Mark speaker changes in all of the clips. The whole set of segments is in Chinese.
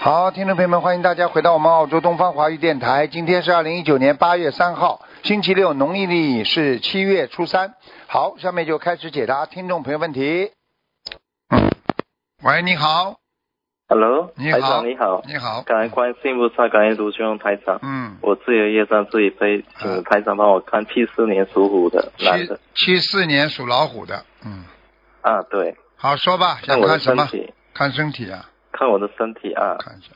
Speaker 1: 好，听众朋友们，欢迎大家回到我们澳洲东方华语电台。今天是二零一九年八月三号，星期六，农历是七月初三。好，下面就开始解答听众朋友问题。喂，你好，
Speaker 2: Hello，
Speaker 1: 你
Speaker 2: 台
Speaker 1: 好
Speaker 2: 长你好，
Speaker 1: 你好，
Speaker 2: 感恩观世音菩萨，感恩卢兄台长。
Speaker 1: 嗯，
Speaker 2: 我自己的业障自己背，请台长帮我看七四年属虎的男
Speaker 1: 七
Speaker 2: 的
Speaker 1: 七四年属老虎的，嗯，
Speaker 2: 啊，对，
Speaker 1: 好，说吧，
Speaker 2: 看
Speaker 1: 想
Speaker 2: 我的
Speaker 1: 看什
Speaker 2: 身
Speaker 1: 么？
Speaker 2: 体，
Speaker 1: 看身体啊，
Speaker 2: 看我的身体啊，
Speaker 1: 看一下。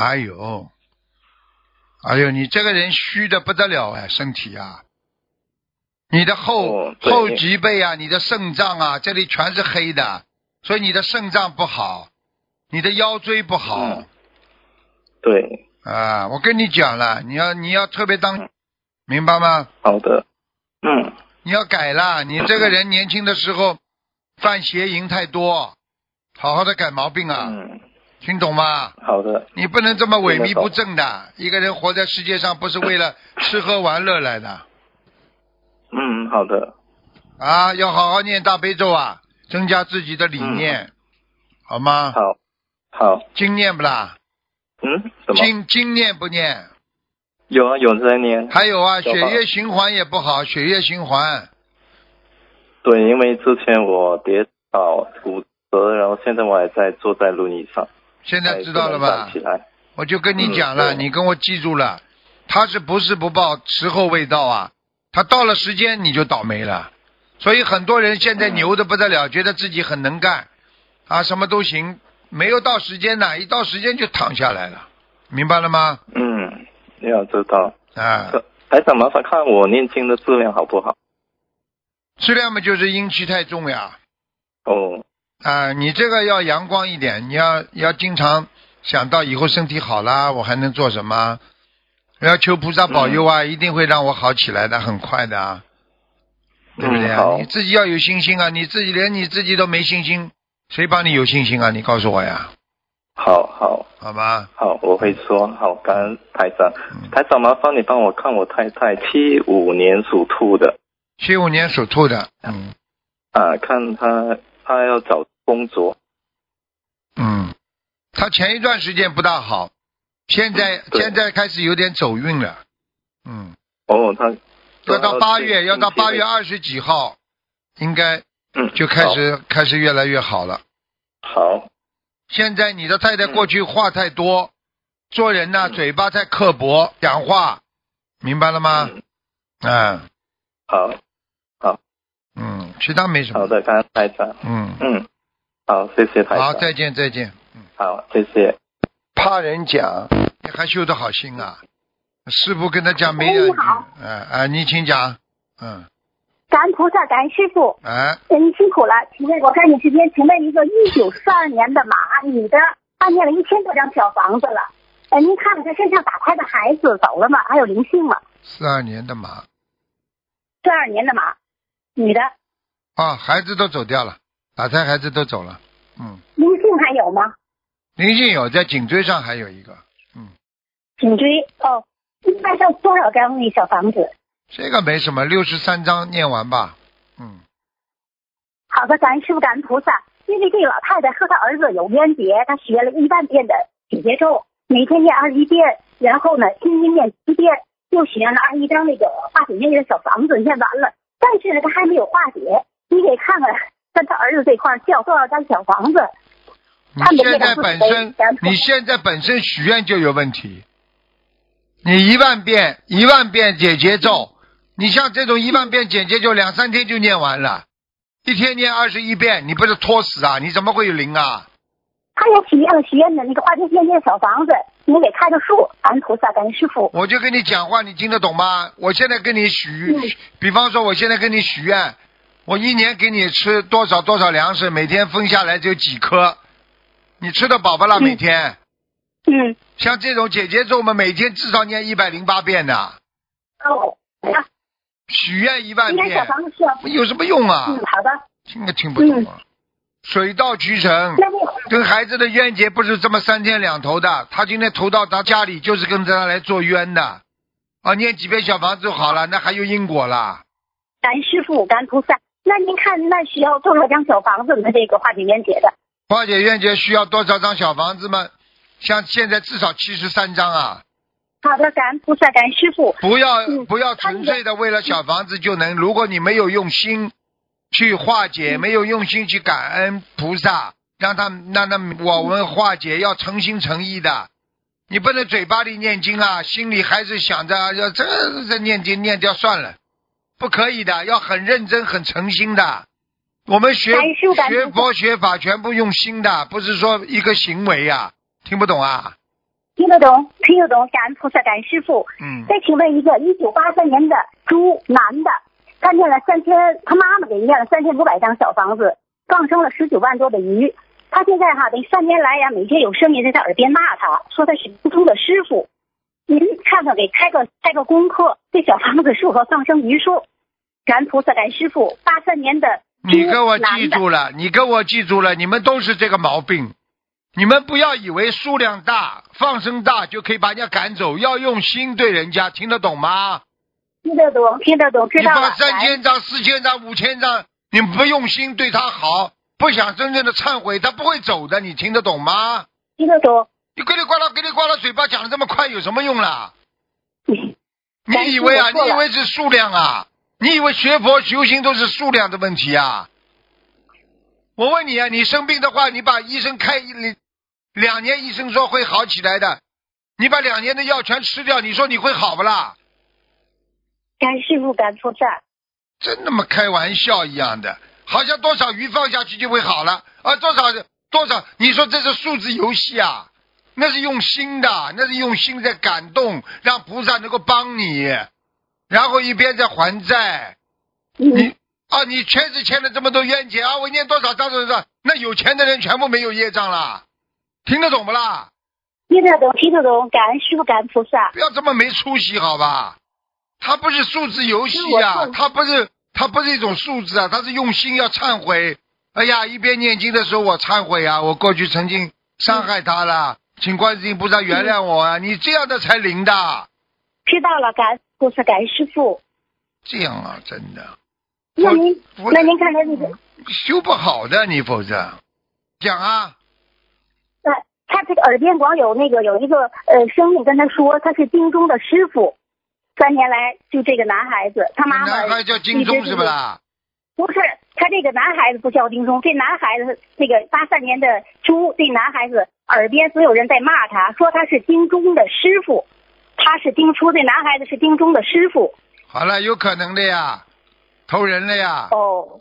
Speaker 1: 哎呦，哎呦，你这个人虚的不得了哎，身体啊，你的后、
Speaker 2: 哦对
Speaker 1: 后脊背啊，你的肾脏啊，这里全是黑的，所以你的肾脏不好，你的腰椎不好啊
Speaker 2: 嗯、对，
Speaker 1: 我跟你讲了，你要你要特别
Speaker 2: 嗯
Speaker 1: 当，明白吗？
Speaker 2: 好的，嗯，
Speaker 1: 你要改啦！你这个人年轻的时候犯邪淫太多，好好的改毛病啊，
Speaker 2: 嗯，
Speaker 1: 听懂吗？
Speaker 2: 好的，
Speaker 1: 你不能这么萎
Speaker 2: 听
Speaker 1: 靡
Speaker 2: 得懂
Speaker 1: 不振的。一个人活在世界上，不是为 了吃喝玩乐来的
Speaker 2: 嗯，好的，
Speaker 1: 啊！要好好念大悲咒啊，增加自己的理念，好吗？
Speaker 2: 嗯好，好，
Speaker 1: 经念不啦？
Speaker 2: 嗯，什么？
Speaker 1: 经经念不念？
Speaker 2: 有啊，有在念，
Speaker 1: 还有啊，血
Speaker 2: 有吧
Speaker 1: 液循环也不好，血液循环
Speaker 2: 对，因为之前我跌倒骨折，然后现在我还在坐在轮椅上，
Speaker 1: 现在知道了
Speaker 2: 哎还不能
Speaker 1: 吧
Speaker 2: 站起？来，
Speaker 1: 我就跟你讲了，
Speaker 2: 嗯对
Speaker 1: 你跟我记住了，他是不是不报，时候未到啊？他到了时间你就倒霉了。所以很多人现在
Speaker 2: 嗯
Speaker 1: 牛的不得了，觉得自己很能干，啊，什么都行，没有到时间呢，一到时间就躺下来了，明白了吗？
Speaker 2: 嗯，要知道。
Speaker 1: 啊，
Speaker 2: 台长，麻烦看我念经的质量好不好？
Speaker 1: 质量嘛就是阴气太重呀，
Speaker 2: 哦，
Speaker 1: 啊，你这个要阳光一点，你要要经常想到以后身体好啦，我还能做什么？要求菩萨保佑啊，
Speaker 2: 嗯
Speaker 1: 一定会让我好起来的，很快的啊，对不对啊？
Speaker 2: 嗯、好
Speaker 1: 你，自己要有信心啊，你自己连你自己都没信心，谁帮你有信心啊？你告诉我呀，
Speaker 2: 好，好，
Speaker 1: 好吗？
Speaker 2: 好，我会说。好，感恩台长
Speaker 1: 嗯。
Speaker 2: 台长，麻烦你帮我看我太太，七五年属兔的
Speaker 1: 七五年属兔的，嗯
Speaker 2: 啊，看她她要找工作。
Speaker 1: 嗯，他前一段时间不大好，现在
Speaker 2: 对
Speaker 1: 现在开始有点走运了，嗯。
Speaker 2: 哦，她
Speaker 1: 要
Speaker 2: 呃
Speaker 1: 到八月，要到八月
Speaker 2: 二，
Speaker 1: 二十几号，应该
Speaker 2: 嗯，
Speaker 1: 就开始开始越来越好了。
Speaker 2: 好。好，
Speaker 1: 现在你的太太过去话太多，做人呐、
Speaker 2: 嗯
Speaker 1: 嘴巴太刻薄，讲话，明白了吗？
Speaker 2: 嗯，
Speaker 1: 嗯
Speaker 2: 好，
Speaker 1: 嗯，其他没什么。
Speaker 2: 好的，感恩台长。
Speaker 1: 嗯，
Speaker 2: 嗯，好，谢谢台长。
Speaker 1: 好，再见再见。
Speaker 2: 好，谢谢。
Speaker 1: 怕人讲，你还修得好心啊？师傅跟他讲没
Speaker 3: 哎
Speaker 1: 有
Speaker 3: 你好？
Speaker 1: 嗯啊，你请讲。嗯，
Speaker 3: 感恩菩萨，感恩师傅，
Speaker 1: 哎，
Speaker 3: 您辛苦了。请问我在你这边，请问一个一九四二年的马，女的，看见了一千多张小房子了。呃，您看看她身上打胎的孩子走了吗？还有灵性吗？
Speaker 1: 四二年的马
Speaker 3: 四二年的马，女的，
Speaker 1: 啊，孩子都走掉了，打胎孩子都走了。嗯。
Speaker 3: 灵性还有吗？
Speaker 1: 灵性有，在颈椎上还有一个，
Speaker 3: 颈椎哦，一般要多少张那小房子？
Speaker 1: 这个没什么，六十三章念完吧。嗯，
Speaker 3: 好的，感恩师傅，感恩菩萨。因为这个老太太和她儿子有冤结，她学了一万遍的解结咒，每天念二十一遍，然后呢，心经念七遍，又许愿了二十一张那个化解冤结的小房子，念完了，但是呢，她还没有化解。你给看看，看她儿子这块儿掉多少张小房子？
Speaker 1: 你
Speaker 3: 他没
Speaker 1: 现在本身
Speaker 3: 念过，
Speaker 1: 你现在本身许愿就有问题。你一万遍一万遍解结咒，你像这种一万遍解结咒，两三天就念完了，一天念二十一遍，你不是拖死啊？你怎么会有灵啊？
Speaker 3: 她也许愿了许愿的那个化解冤结的小房子，你给看个数，感恩菩萨，感恩师傅。
Speaker 1: 我就跟你讲话，你听得懂吗？我现在跟你
Speaker 3: 嗯
Speaker 1: 许，比方说我现在跟你许愿，我一年给你吃多少多少粮食，每天分下来就几颗，你吃得饱不啦？
Speaker 3: 嗯
Speaker 1: 每天
Speaker 3: 嗯，
Speaker 1: 像这种姐姐咒，我们每天至少念一百零八遍的，
Speaker 3: 哦，啊，
Speaker 1: 许愿一万
Speaker 3: 应该
Speaker 1: 遍，
Speaker 3: 小房子需要，
Speaker 1: 有什么用啊
Speaker 3: 嗯？，好的，
Speaker 1: 听也听不懂啊，水到渠成。
Speaker 3: 那那个。
Speaker 1: 跟孩子的冤结不是这么三天两头的，他今天投到他家里就是跟着他来做冤的，啊，念几遍小房子就好了，那还有因果啦。
Speaker 3: 咱师傅，咱菩萨。那您看，那需要多少张小房子呢？这个化解冤结的，
Speaker 1: 化解冤结需要多少张小房子吗？像现在至少七十三张啊！
Speaker 3: 好的，感恩菩萨，感恩师傅。
Speaker 1: 不要
Speaker 3: 嗯
Speaker 1: 不要纯粹的为了小房子就能，如果你没有用心去化
Speaker 3: 嗯
Speaker 1: 解，没有用心去感恩菩萨，让他让他我们化解，要诚心诚意的。你不能嘴巴里念经啊，心里还是想着要这这念经念掉算了，不可以的，要很认真很诚心的。我们学
Speaker 3: 感恩师父感恩
Speaker 1: 学
Speaker 3: 师父
Speaker 1: 佛学法全部用心的，不是说一个行为呀、听不懂啊？
Speaker 3: 听得懂，听得懂，感恩菩萨，感恩师傅。
Speaker 1: 嗯，
Speaker 3: 再请问一个，一九八三年的猪男的，他念了三千，他妈妈给念了三千五百张小房子，放生了十九万多的鱼。他现在哈，得三年来呀、每天有声音在他耳边骂他，说他是猪猪的师傅。您看看，给开个开个功课，这小房子数和放生鱼数。感恩菩萨，感恩师傅。八三年的猪
Speaker 1: 你给我记
Speaker 3: 嗯男的
Speaker 1: 住了，你给我记住了，你们都是这个毛病。你们不要以为数量大、放声大就可以把人家赶走，要用心对人家，听得懂吗？
Speaker 3: 听得懂，听得懂，知
Speaker 1: 你
Speaker 3: 道
Speaker 1: 发
Speaker 3: 了。
Speaker 1: 三千张、四千张、五千张，你不用心对他好，不想真正的忏悔，他不会走的，你听得懂吗？
Speaker 3: 听得懂。
Speaker 1: 你叽里呱啦、叽里呱啦，嘴巴讲的这么快有什么用啦？
Speaker 3: 但是
Speaker 1: 你以为啊？
Speaker 3: 我
Speaker 1: 你
Speaker 3: 错
Speaker 1: 以
Speaker 3: 了
Speaker 1: 为是数量啊？你以为学佛修行都是数量的问题啊？我问你啊，你生病的话，你把医生开你两年，医生说会好起来的，你把两年的药全吃掉，你说你会好不啦？
Speaker 3: 感恩师傅，感恩菩萨。
Speaker 1: 真他妈开玩笑一样的，好像多少鱼放下去就会好了啊？多少多少？你说这是数字游戏啊？那是用心的，那是用心在感动，让菩萨能够帮你，然后一边在还债。
Speaker 3: 嗯
Speaker 1: 你，啊，你确实欠了这么多冤结啊！我念多少张多少张，那有钱的人全部没有业障啦，听得懂不啦？
Speaker 3: 听得懂，听得懂，感恩师傅，感恩菩萨。
Speaker 1: 不要这么没出息，好吧？它不是数字游戏
Speaker 3: 是我
Speaker 1: 啊
Speaker 3: 错，
Speaker 1: 它不是它不是一种数字啊，它是用心要忏悔。哎呀，一边念经的时候我忏悔啊，我过去曾经伤害他了，请观世音菩萨原谅我啊！你这样的才灵的，
Speaker 3: 知道了，感恩菩萨，感恩师傅。
Speaker 1: 这样啊，真的。
Speaker 3: 那您，
Speaker 1: 我
Speaker 3: 那您看看
Speaker 1: 嗯
Speaker 3: 那个，
Speaker 1: 修不好的，你否则讲啊，
Speaker 3: 呃，他这个耳边光有那个有一个呃声音跟他说他是京中的师傅，三年来就这个男孩子，他妈妈
Speaker 1: 男孩叫金
Speaker 3: 一
Speaker 1: 钟
Speaker 3: 直
Speaker 1: 是不啦？
Speaker 3: 不是他这个男孩子不叫丁钟，这男孩子这个八三年的猪，这男孩子耳边所有人在骂他，说他是丁钟的师傅，他是丁初，这男孩子是丁钟的师傅。
Speaker 1: 好了，有可能的呀，投人了呀，
Speaker 3: 哦，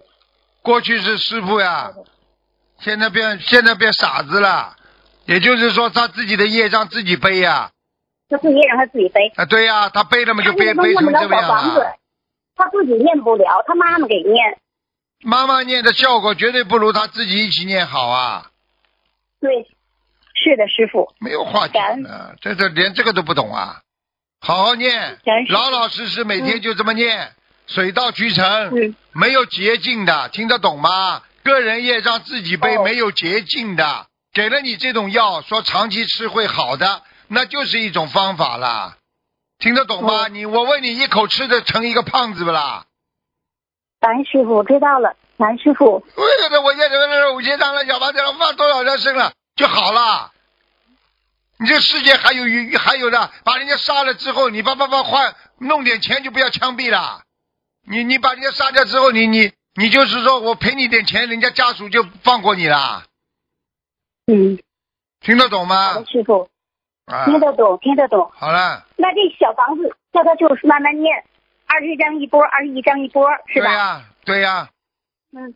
Speaker 1: 过去是师傅呀，现在变现在变傻子了，也就是说他自己的业障自己背呀，
Speaker 3: 他自己也让他自己背。
Speaker 1: 啊对呀，他背了嘛就
Speaker 3: 他这
Speaker 1: 背
Speaker 3: 个都
Speaker 1: 背
Speaker 3: 念
Speaker 1: 成
Speaker 3: 不了
Speaker 1: 这
Speaker 3: 小
Speaker 1: 样
Speaker 3: 房子
Speaker 1: 了。，啊
Speaker 3: 他自己念不了，他妈妈给念。
Speaker 1: 妈妈念的效果绝对不如他自己一起念好啊，
Speaker 3: 对，是的，师傅，
Speaker 1: 没有话讲的，这这连这个都不懂啊，好好念
Speaker 3: 感恩，师父
Speaker 1: 老老实实每天就这么念，水到渠成。
Speaker 3: 嗯，
Speaker 1: 没有捷径的，听得懂吗？个人业障自己背，
Speaker 3: 哦
Speaker 1: 没有捷径的。给了你这种药，说长期吃会好的，那就是一种方法啦。听得懂吗？
Speaker 3: 哦
Speaker 1: 你我问你，一口吃的成一个胖子不啦？
Speaker 3: 感恩师傅，我知道了，感恩师傅，
Speaker 1: 我觉得哎我现在五千张了，小八千了，放多少张生了就好了。你这世界还有余，还有的，把人家杀了之后，你叭叭叭换弄点钱就不要枪毙了。你你把人家杀掉之后，你你你就是说我赔你点钱，人家家属就放过你啦，
Speaker 3: 嗯，
Speaker 1: 听得懂
Speaker 3: 好
Speaker 1: 吗
Speaker 3: 的，？师傅，
Speaker 1: 啊，
Speaker 3: 听得懂，听得懂。
Speaker 1: 好了，
Speaker 3: 那这小房子叫他就是慢慢念，二十一张一波，二十一张一波，是
Speaker 1: 对
Speaker 3: 吧？
Speaker 1: 呀、对呀、
Speaker 3: 嗯，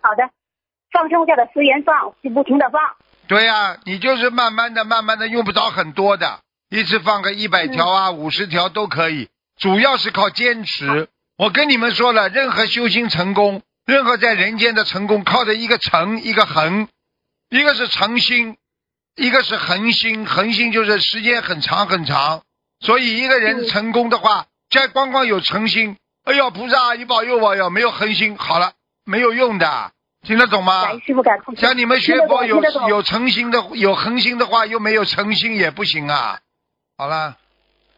Speaker 3: 好的，放生叫他随缘放，就不停的放。
Speaker 1: 对呀、你就是慢慢的、慢慢的，用不着很多的，一次放个一百
Speaker 3: 嗯
Speaker 1: 条啊、五十、条都可以，主要是靠坚持。我跟你们说了，任何修行成功，任何在人间的成功，靠着一个诚，一个恒，一个是诚心，一个是恒心。恒心就是时间很长很长，所以一个人
Speaker 3: 嗯
Speaker 1: 成功的话，再光光有诚心，哎呦菩萨，你保佑我哟，没有恒心，好了，没有用的，听得懂吗？
Speaker 3: 感恩师傅，感恩菩萨
Speaker 1: 像你们学佛有
Speaker 3: 听得懂
Speaker 1: 有诚心的有恒心的话，又没有诚心也不行啊。好了，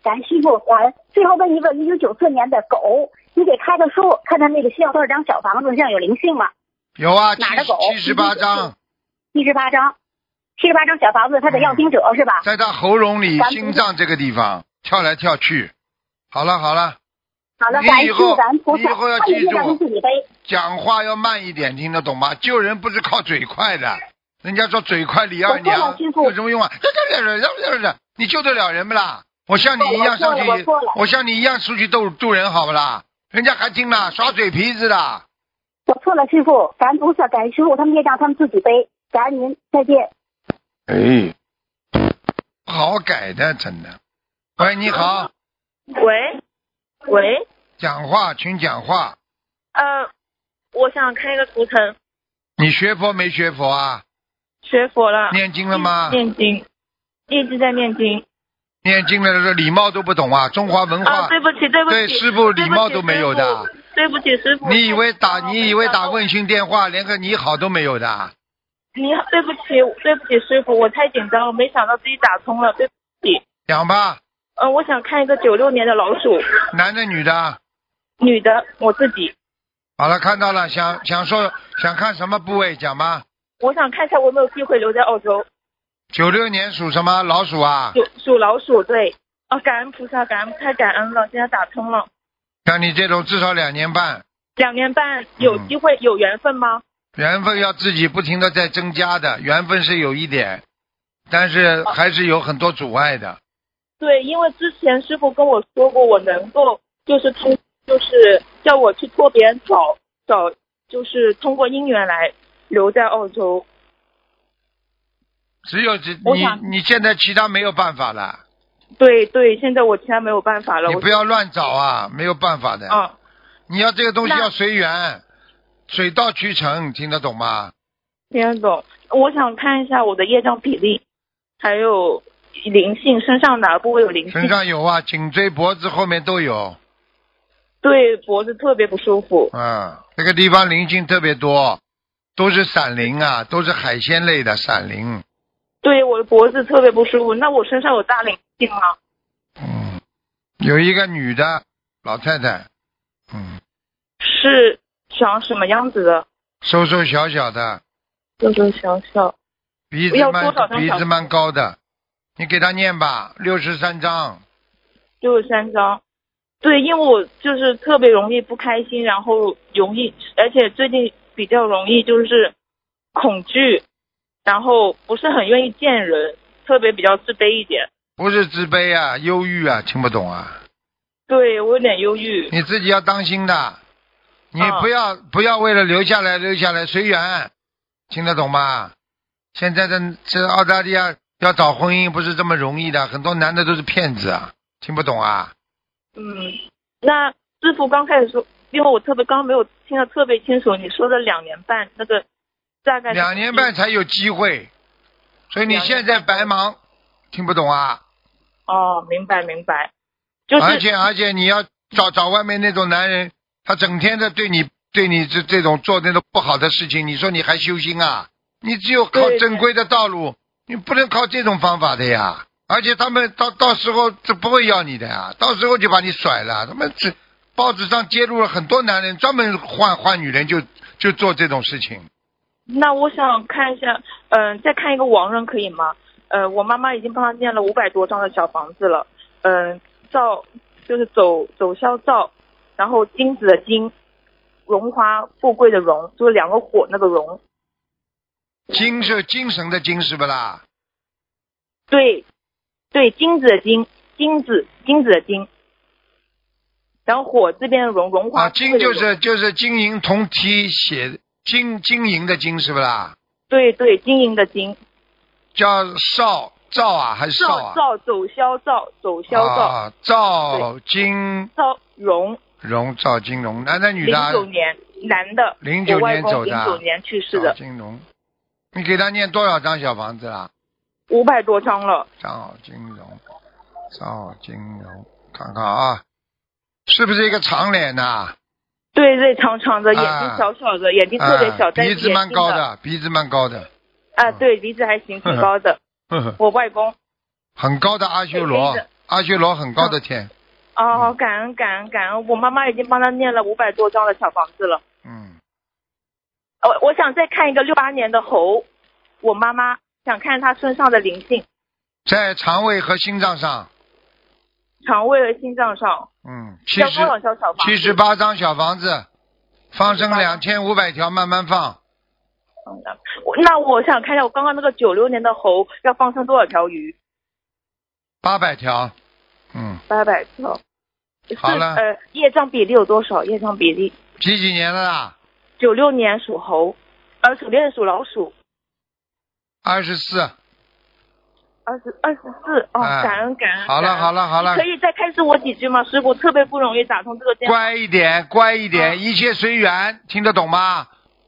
Speaker 3: 感恩师傅，感恩。最后问一个，一九九四年的狗，你给开个数，看看那个需要多少张小房子，像有灵性吗？
Speaker 1: 有啊，七
Speaker 3: 哪儿的狗
Speaker 1: 七十八
Speaker 3: 嗯
Speaker 1: 章，
Speaker 3: 七十八章，七十八章小房子，
Speaker 1: 嗯
Speaker 3: 他的要经者、是吧？
Speaker 1: 在他喉咙里、
Speaker 3: 咱们
Speaker 1: 心脏这个地方跳来跳去。好了好了，
Speaker 3: 好了，
Speaker 1: 你
Speaker 3: 感
Speaker 1: 以
Speaker 3: 谢
Speaker 1: 后
Speaker 3: 咱菩
Speaker 1: 你以
Speaker 3: 萨，
Speaker 1: 后要
Speaker 3: 看
Speaker 1: 记
Speaker 3: 见咱
Speaker 1: 住
Speaker 3: 们自己背。
Speaker 1: 讲话要慢一点，听得懂吗？救人不是靠嘴快的，人家说嘴快李
Speaker 3: 我
Speaker 1: 二
Speaker 3: 错了
Speaker 1: 娘
Speaker 3: 师傅
Speaker 1: 有什么用啊？你救得了人不啦？我像你一样上去
Speaker 3: 我错了我错了，
Speaker 1: 我像你一样出去逗逗人好不啦？人家还听了，耍嘴皮子的。
Speaker 3: 我错了，师傅，咱不是感谢师傅，他们业障他们自己背。感恩您，再见。
Speaker 1: 哎，好改的，真的。喂，你好，
Speaker 4: 喂，喂，
Speaker 1: 讲话，请讲话。
Speaker 4: 呃，我想看一个图腾，
Speaker 1: 你学佛没学佛啊？
Speaker 4: 学佛了，
Speaker 1: 念经了吗？
Speaker 4: 念经，一直在念经。
Speaker 1: 念经了，这礼貌都不懂啊！中华文化
Speaker 4: 啊，，对不起，对不起，
Speaker 1: 对师傅礼貌都没有的
Speaker 4: 对不起师傅。对不起师傅，
Speaker 1: 你以为打
Speaker 4: 我
Speaker 1: 你以为打
Speaker 4: 我
Speaker 1: 问讯电话，连个你好都没有的。啊
Speaker 4: 你好，对不起，对不起师傅，我太紧张了，没想到自己打通了，对不起。
Speaker 1: 讲吧，
Speaker 4: 嗯、我想看一个九六年的老鼠，
Speaker 1: 男的女的？
Speaker 4: 女的，我自己，
Speaker 1: 好了，看到了，想想说想看什么部位讲吧。
Speaker 4: 我想看一下我有没有机会留在澳洲。
Speaker 1: 九六年属什么老鼠啊？
Speaker 4: 属属老鼠，对。啊，感恩菩萨，感恩太感恩了，现在打通了，
Speaker 1: 像你这种至少两年半，
Speaker 4: 两年半有
Speaker 1: 嗯
Speaker 4: 机会、有缘分吗？
Speaker 1: 缘分要自己不停的在增加的，缘分是有一点，但是
Speaker 4: 啊
Speaker 1: 还是有很多阻碍的。
Speaker 4: 对，因为之前师傅跟我说过，我能够就是通，就是叫我去托别人找找，就是通过姻缘来留在澳洲。
Speaker 1: 只有只
Speaker 4: 我
Speaker 1: 你
Speaker 4: 想
Speaker 1: 你现在其他没有办法了，
Speaker 4: 对对，现在我其他没有办法了。
Speaker 1: 你
Speaker 4: 我
Speaker 1: 不要乱找啊，没有办法的。
Speaker 4: 啊，
Speaker 1: 你要这个东西
Speaker 4: 那
Speaker 1: 要随缘，水到渠成，听得懂 吗？
Speaker 4: 听得懂。我想看一下我的业障比例，还有灵性，身上哪部位有灵性
Speaker 1: 身？上有啊，颈椎、脖子后面都有。
Speaker 4: 对，脖子特别不舒服。
Speaker 1: 嗯，这个地方灵性特别多，都是闪灵啊，都是海鲜类的闪灵。
Speaker 4: 对，我的脖子特别不舒服。那我身上有大灵性吗？
Speaker 1: 嗯，有一个女的老太太，嗯，
Speaker 4: 是长什么样子的？
Speaker 1: 瘦瘦小小的，
Speaker 4: 瘦瘦小小。
Speaker 1: 鼻子
Speaker 4: 要
Speaker 1: 蛮
Speaker 4: 多少张
Speaker 1: 鼻
Speaker 4: 小
Speaker 1: 子蛮高的，你给她念吧，六十三章。
Speaker 4: 六十三张。对，因为我就是特别容易不开心，然后容易，而且最近比较容易就是恐惧，然后不是很愿意见人，特别比较自卑一点。
Speaker 1: 不是自卑啊，忧郁啊，听不懂啊，
Speaker 4: 对我有点忧郁。
Speaker 1: 你自己要当心的，你
Speaker 4: 嗯
Speaker 1: 不要、不要为了留下来留下来随缘，听得懂吗？现在的这澳大利亚要找婚姻不是这么容易的，很多男的都是骗子啊，听不懂啊？
Speaker 4: 嗯，那师傅刚开始说，因为我特别刚刚没有听得特别清楚，你说的两年半那个大概是
Speaker 1: 两年半才有机会，所以你
Speaker 4: 两年
Speaker 1: 现在白忙，听不懂啊？
Speaker 4: 哦，明白明白，就是嗯
Speaker 1: 而且而且你要找找外面那种男人，他整天的对你对你这这种做那种不好的事情，你说你还修心啊？你只有靠
Speaker 4: 对
Speaker 1: 正规的道路，你不能靠这种方法的呀。而且他们到到时候这不会要你的呀，到时候就把你甩了。他们这报纸上揭露了很多男人专门换换女人就就做这种事情。
Speaker 4: 那我想看一下，嗯、再看一个亡人可以吗？呃，我妈妈已经帮她念了五百多张的小房子了，嗯、赵就是走走萧赵，然后金子的金，荣华富贵的荣，就是两个火那个荣。
Speaker 1: 精是精神的精是不啦？
Speaker 4: 对，对，金子的金，金子金子的金，然后火这边的荣，荣华
Speaker 1: 啊，
Speaker 4: 富贵
Speaker 1: 金
Speaker 4: 的
Speaker 1: 就
Speaker 4: 荣
Speaker 1: 是就是金银铜梯写金金银的金是不啦？
Speaker 4: 对对金银的金，
Speaker 1: 叫少赵啊，还是啊？
Speaker 4: 赵走萧赵走萧赵
Speaker 1: 啊，赵金
Speaker 4: 赵荣。
Speaker 1: 荣，赵金荣，男的女的啊
Speaker 4: 零？九年，男的，
Speaker 1: 09
Speaker 4: 我外
Speaker 1: 年走
Speaker 4: 公
Speaker 1: 的
Speaker 4: 零
Speaker 1: 啊
Speaker 4: 九年去世
Speaker 1: 赵
Speaker 4: 的，
Speaker 1: 金荣，你给他念多少张小房子啦？
Speaker 4: 五百多张了。
Speaker 1: 赵金荣，赵金荣，看看啊，是不是一个长脸呐、啊？
Speaker 4: 对对，长长的，眼
Speaker 1: 啊
Speaker 4: 睛小小的，眼睛特别小，但是
Speaker 1: 鼻子蛮高
Speaker 4: 的。
Speaker 1: 的，嗯鼻子蛮高 的，
Speaker 4: 啊，对，鼻子还行，挺高的。
Speaker 1: 呵呵，
Speaker 4: 我外公，
Speaker 1: 很高的阿修罗
Speaker 4: 黑黑的，嗯
Speaker 1: 阿修罗很高的天，嗯
Speaker 4: 哦，感恩感恩感恩，我妈妈已经帮他念了五百多张的小房子了。呃
Speaker 1: 嗯，
Speaker 4: 我我想再看一个六八年的猴，
Speaker 5: 我妈妈想看她身上的灵性，
Speaker 1: 在肠胃和心脏上，
Speaker 5: 肠胃和心脏上，
Speaker 1: 嗯，七
Speaker 5: 要
Speaker 1: 十
Speaker 5: 多少张小房子？
Speaker 1: 七十八张小房子，放生
Speaker 5: 78
Speaker 1: 两千五百条，慢慢放。
Speaker 4: 嗯
Speaker 5: 我那我想看一下，我刚刚那个九六年的猴要放生多少条鱼？
Speaker 1: 八百条，嗯，
Speaker 5: 八百条。是
Speaker 1: 好了
Speaker 5: 呃，业障比例有多少？业障比例？
Speaker 1: 几几年的啦？
Speaker 5: 九六年属猴，呃，属猎属老鼠，
Speaker 1: 二十四。
Speaker 5: 二十二十四。哦，
Speaker 1: 哎
Speaker 5: 感恩感恩。
Speaker 1: 好
Speaker 5: 感
Speaker 1: 了
Speaker 5: 恩
Speaker 1: 好了好了
Speaker 5: 可，以再开始我几句吗？师傅特别不容易打通这个电话。
Speaker 1: 乖一点，乖一
Speaker 5: 啊
Speaker 1: 点，一切随缘，听得懂吗？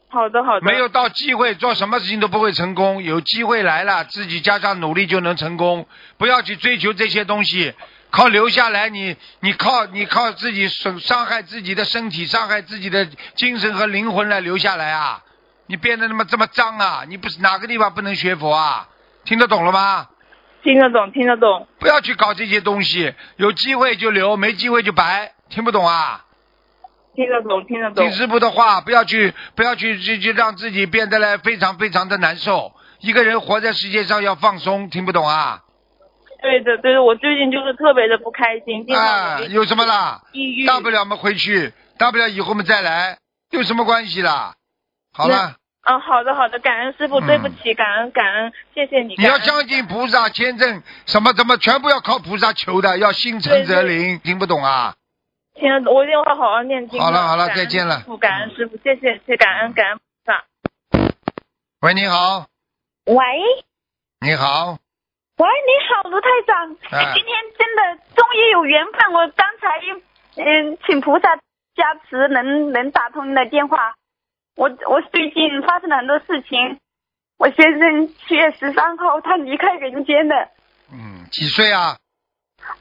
Speaker 5: 好的好的。
Speaker 1: 没有到机会，做什么事情都不会成功。有机会来了，自己加上努力就能成功。不要去追求这些东西，靠留下来你，你靠你靠自己损伤害自己的身体，伤害自己的精神和灵魂来留下来啊！你变得那么这么脏啊！你不是哪个地方不能学佛啊？听得懂了吗？
Speaker 5: 听得懂听得懂。
Speaker 1: 不要去搞这些东西，有机会就留，没机会就白。听不懂啊？
Speaker 5: 听得懂，听得懂
Speaker 1: 听。师傅的话，不要去，不要去，就就让自己变得来非常非常的难受。一个人活在世界上要放松，听不懂啊？
Speaker 5: 对的，对的，我最近就是特别的不开心，经常
Speaker 1: 啊，
Speaker 5: 有
Speaker 1: 有什么啦？
Speaker 5: 抑郁。
Speaker 1: 大不了我们回去，大不了以后我们再来，有什么关系啦？好了，
Speaker 5: 嗯，好的好的，感恩师傅，
Speaker 1: 嗯
Speaker 5: 对不起，感恩感恩，谢谢你。
Speaker 1: 你要
Speaker 5: 感恩
Speaker 1: 相信菩萨签证，什么什么全部要靠菩萨求的，要心诚则灵，听不懂啊？
Speaker 5: 听得懂，我一定会好好念
Speaker 4: 啊
Speaker 5: 经的。
Speaker 1: 好了好了
Speaker 5: 感恩
Speaker 1: 再见了嗯
Speaker 5: 师傅感恩师傅，谢谢谢谢感恩感恩菩萨。
Speaker 1: 喂，你好，
Speaker 4: 喂，
Speaker 1: 你好，
Speaker 4: 喂，你好，卢台长，
Speaker 1: 哎
Speaker 4: 今天真的终于有缘分，我刚才嗯，请菩萨加持能能打通你的电话。我我最近发生了很多事情，我先生七月十三号他离开人间了。
Speaker 1: 嗯，几岁啊？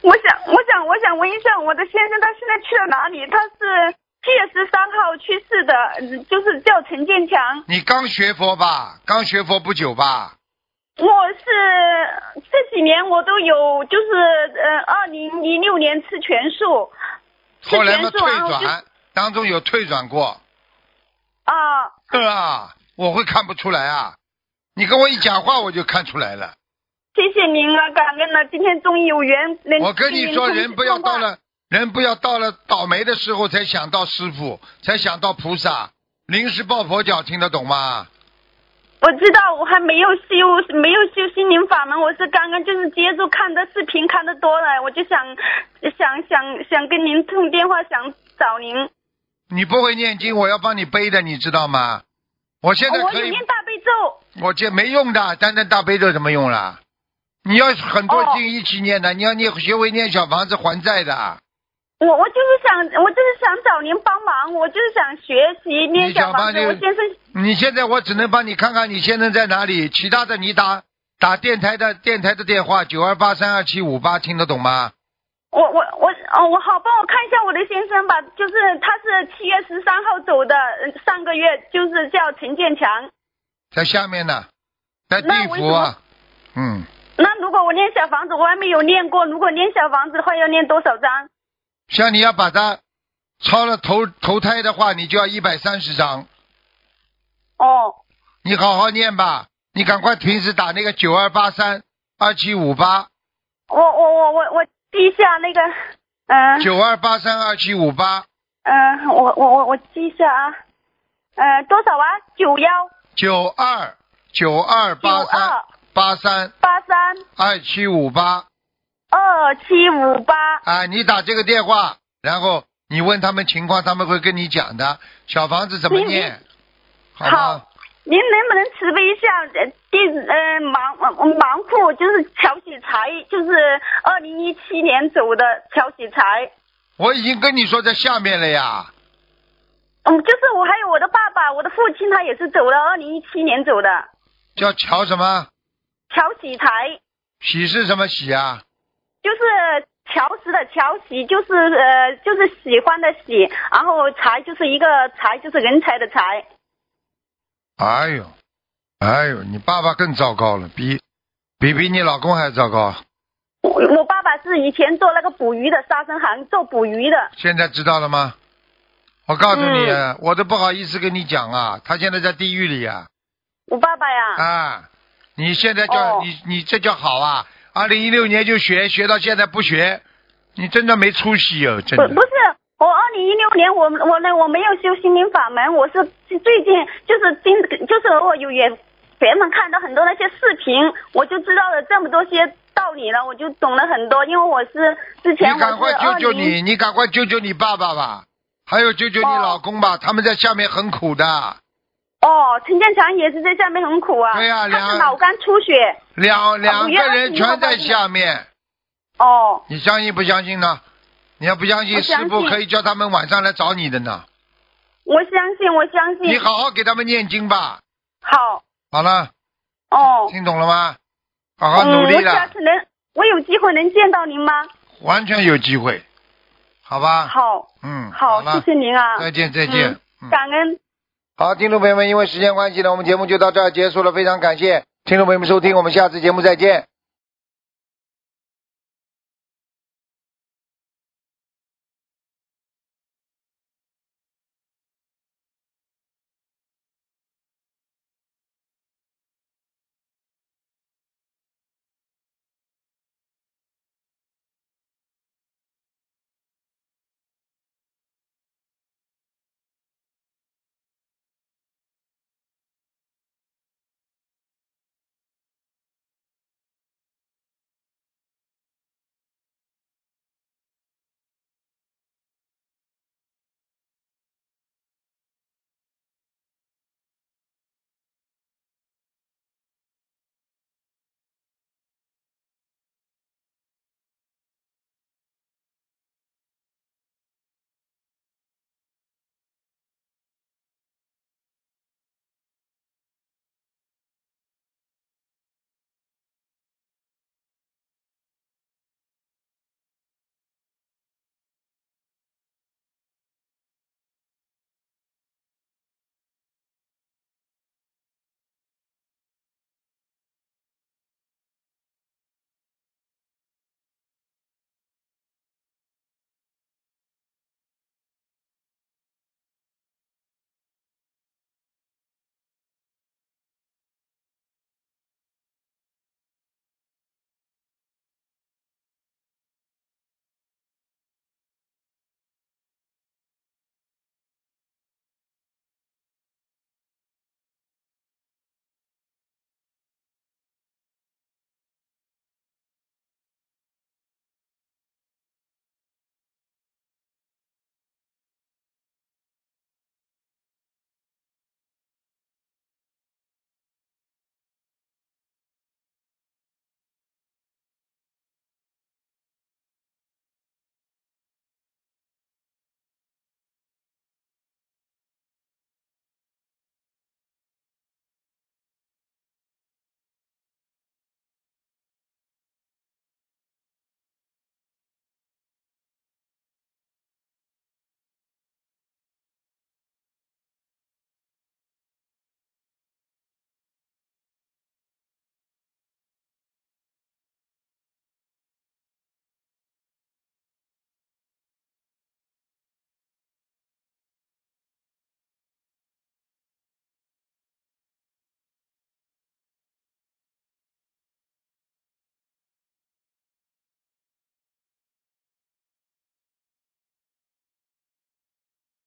Speaker 4: 我想，我想，我想问一下，我的先生他现在去了哪里？他是七月十三号去世的，嗯就是叫陈建强。
Speaker 1: 你刚学佛吧？刚学佛不久吧？
Speaker 4: 我是这几年我都有，就是呃，二零一六年吃全素，吃
Speaker 1: 后来
Speaker 4: 全
Speaker 1: 嘛，退
Speaker 4: 素然后就
Speaker 1: 转当中有退转过，
Speaker 4: 啊、
Speaker 1: 对啊，我会看不出来啊。你跟我一讲话，我就看出来了。
Speaker 4: 谢谢您啊，感恩了，今天终于有缘能
Speaker 1: 我跟
Speaker 4: 听
Speaker 1: 你
Speaker 4: 您
Speaker 1: 说，
Speaker 4: 通
Speaker 1: 人不要
Speaker 4: 通话
Speaker 1: 到了，人不要到了倒霉的时候才想到师傅，才想到菩萨，临时抱佛脚，听得懂吗？
Speaker 4: 我知道我还没有修，没有修心灵法门，我是刚刚就是接触看的视频看的多了，我就想想想想跟您通电话，想找您。
Speaker 1: 你不会念经，我要帮你背的，你知道吗？我现在
Speaker 4: 哦我
Speaker 1: 可
Speaker 4: 有
Speaker 1: 以，
Speaker 4: 念大悲咒，
Speaker 1: 我这没用的，单单大悲咒怎么用啦？你要很多
Speaker 4: 哦
Speaker 1: 经一起念的，你要念学会念小房子还债的。
Speaker 4: 我我就是想，我就是想找您帮忙，我就是想学习念
Speaker 1: 你想
Speaker 4: 小房子
Speaker 1: 帮，你
Speaker 4: 我先生
Speaker 1: 你现在我只能帮你看看你先生在哪里，其他的你打打电台的电台的电话九二八三二七五八听得懂吗？
Speaker 4: 我我我哦，我好，帮我看一下我的先生吧，就是他是七月十三号走的，嗯上个月就是叫陈建强。
Speaker 1: 在下面呢，在地
Speaker 4: 那为什
Speaker 1: 府啊，嗯，
Speaker 4: 那如果我念小房子，我还没有念过，如果念小房子的话，要念多少张？
Speaker 1: 像你要把它超了投投胎的话，你就要一百三十张，
Speaker 4: 哦，
Speaker 1: 你好好念吧，你赶快平时打那个九二八三二七五八
Speaker 4: 我我我我我记一下那个，嗯、
Speaker 1: 九二八三二七五八
Speaker 4: 嗯、我我我我记一下啊，呃，多少啊？九幺
Speaker 1: 九二九二
Speaker 4: 九
Speaker 1: 八啊三
Speaker 4: 二
Speaker 1: 八三
Speaker 4: 八三
Speaker 1: 二七五八。
Speaker 4: 二七五八。
Speaker 1: 啊，你打这个电话，然后你问他们情况，他们会跟你讲的。小房子怎么
Speaker 4: 你
Speaker 1: 念？好吗
Speaker 4: 好？您能不能慈悲一下？呃，地呃盲呃盲户就是乔喜才，就是二零一七年走的乔喜才。
Speaker 1: 我已经跟你说在下面了呀。
Speaker 4: 嗯，就是我还有我的爸爸，我的父亲他也是走了，二零一七年走的
Speaker 1: 叫乔什么？
Speaker 4: 乔喜才，
Speaker 1: 喜是什么喜啊？
Speaker 4: 就是乔石的乔喜，就是呃就是喜欢的喜，然后才就是一个才就是人才的才。
Speaker 1: 哎呦，哎呦，你爸爸更糟糕了，比比比你老公还糟糕。
Speaker 4: 我我爸爸是以前做那个捕鱼的沙生行，做捕鱼的。
Speaker 1: 现在知道了吗？我告诉你，我都不好意思跟你讲啊，他现在在地狱里啊。
Speaker 4: 我爸爸呀，
Speaker 1: 啊，你现在叫、
Speaker 4: 哦
Speaker 1: 你你这叫好啊！二零一六年就学，学到现在不学，你真的没出息哦，真
Speaker 4: 不
Speaker 1: 的。
Speaker 4: 不是，我二零一六年我我呢我没有修心灵法门，我是最近就是今就是我有缘缘分看到很多那些视频，我就知道了这么多些道理了，我就懂了很多。因为我是之前
Speaker 1: 你
Speaker 4: 我是
Speaker 1: 赶快
Speaker 4: 二
Speaker 1: 救救
Speaker 4: 零
Speaker 1: 你，你赶快救救你爸爸吧，还有救救你
Speaker 4: 哦
Speaker 1: 老公吧，他们在下面很苦的，
Speaker 4: 哦，陈建强也是在下面很苦啊，
Speaker 1: 对呀
Speaker 4: 他
Speaker 1: 两
Speaker 4: 是脑干出血
Speaker 1: 两两
Speaker 4: 原
Speaker 1: 个
Speaker 4: 来
Speaker 1: 人
Speaker 4: 你爸爸
Speaker 1: 全在
Speaker 4: 是
Speaker 1: 下面。
Speaker 4: 哦。
Speaker 1: 你相信不相信呢？你要不相信，
Speaker 4: 我相
Speaker 1: 师
Speaker 4: 信
Speaker 1: 傅可以叫他们晚上来找你的呢。
Speaker 4: 我相信，我相信。
Speaker 1: 你好好给他们念经吧。
Speaker 4: 好，
Speaker 1: 好了，
Speaker 4: 哦，
Speaker 1: 听懂了吗？好好努
Speaker 4: 嗯，
Speaker 1: 力
Speaker 4: 我下
Speaker 1: 了，
Speaker 4: 次能，我有机会能见到您吗？
Speaker 1: 完全有机会，好吧？，
Speaker 4: 好，
Speaker 1: 嗯，
Speaker 4: 好，
Speaker 1: 了，
Speaker 4: 谢谢您啊，
Speaker 1: 再见，再见。嗯
Speaker 4: 感恩。
Speaker 1: 好，听众朋友们，因为时间关系呢，我们节目就到这儿结束了，非常感谢听众朋友们收听，我们下次节目再见。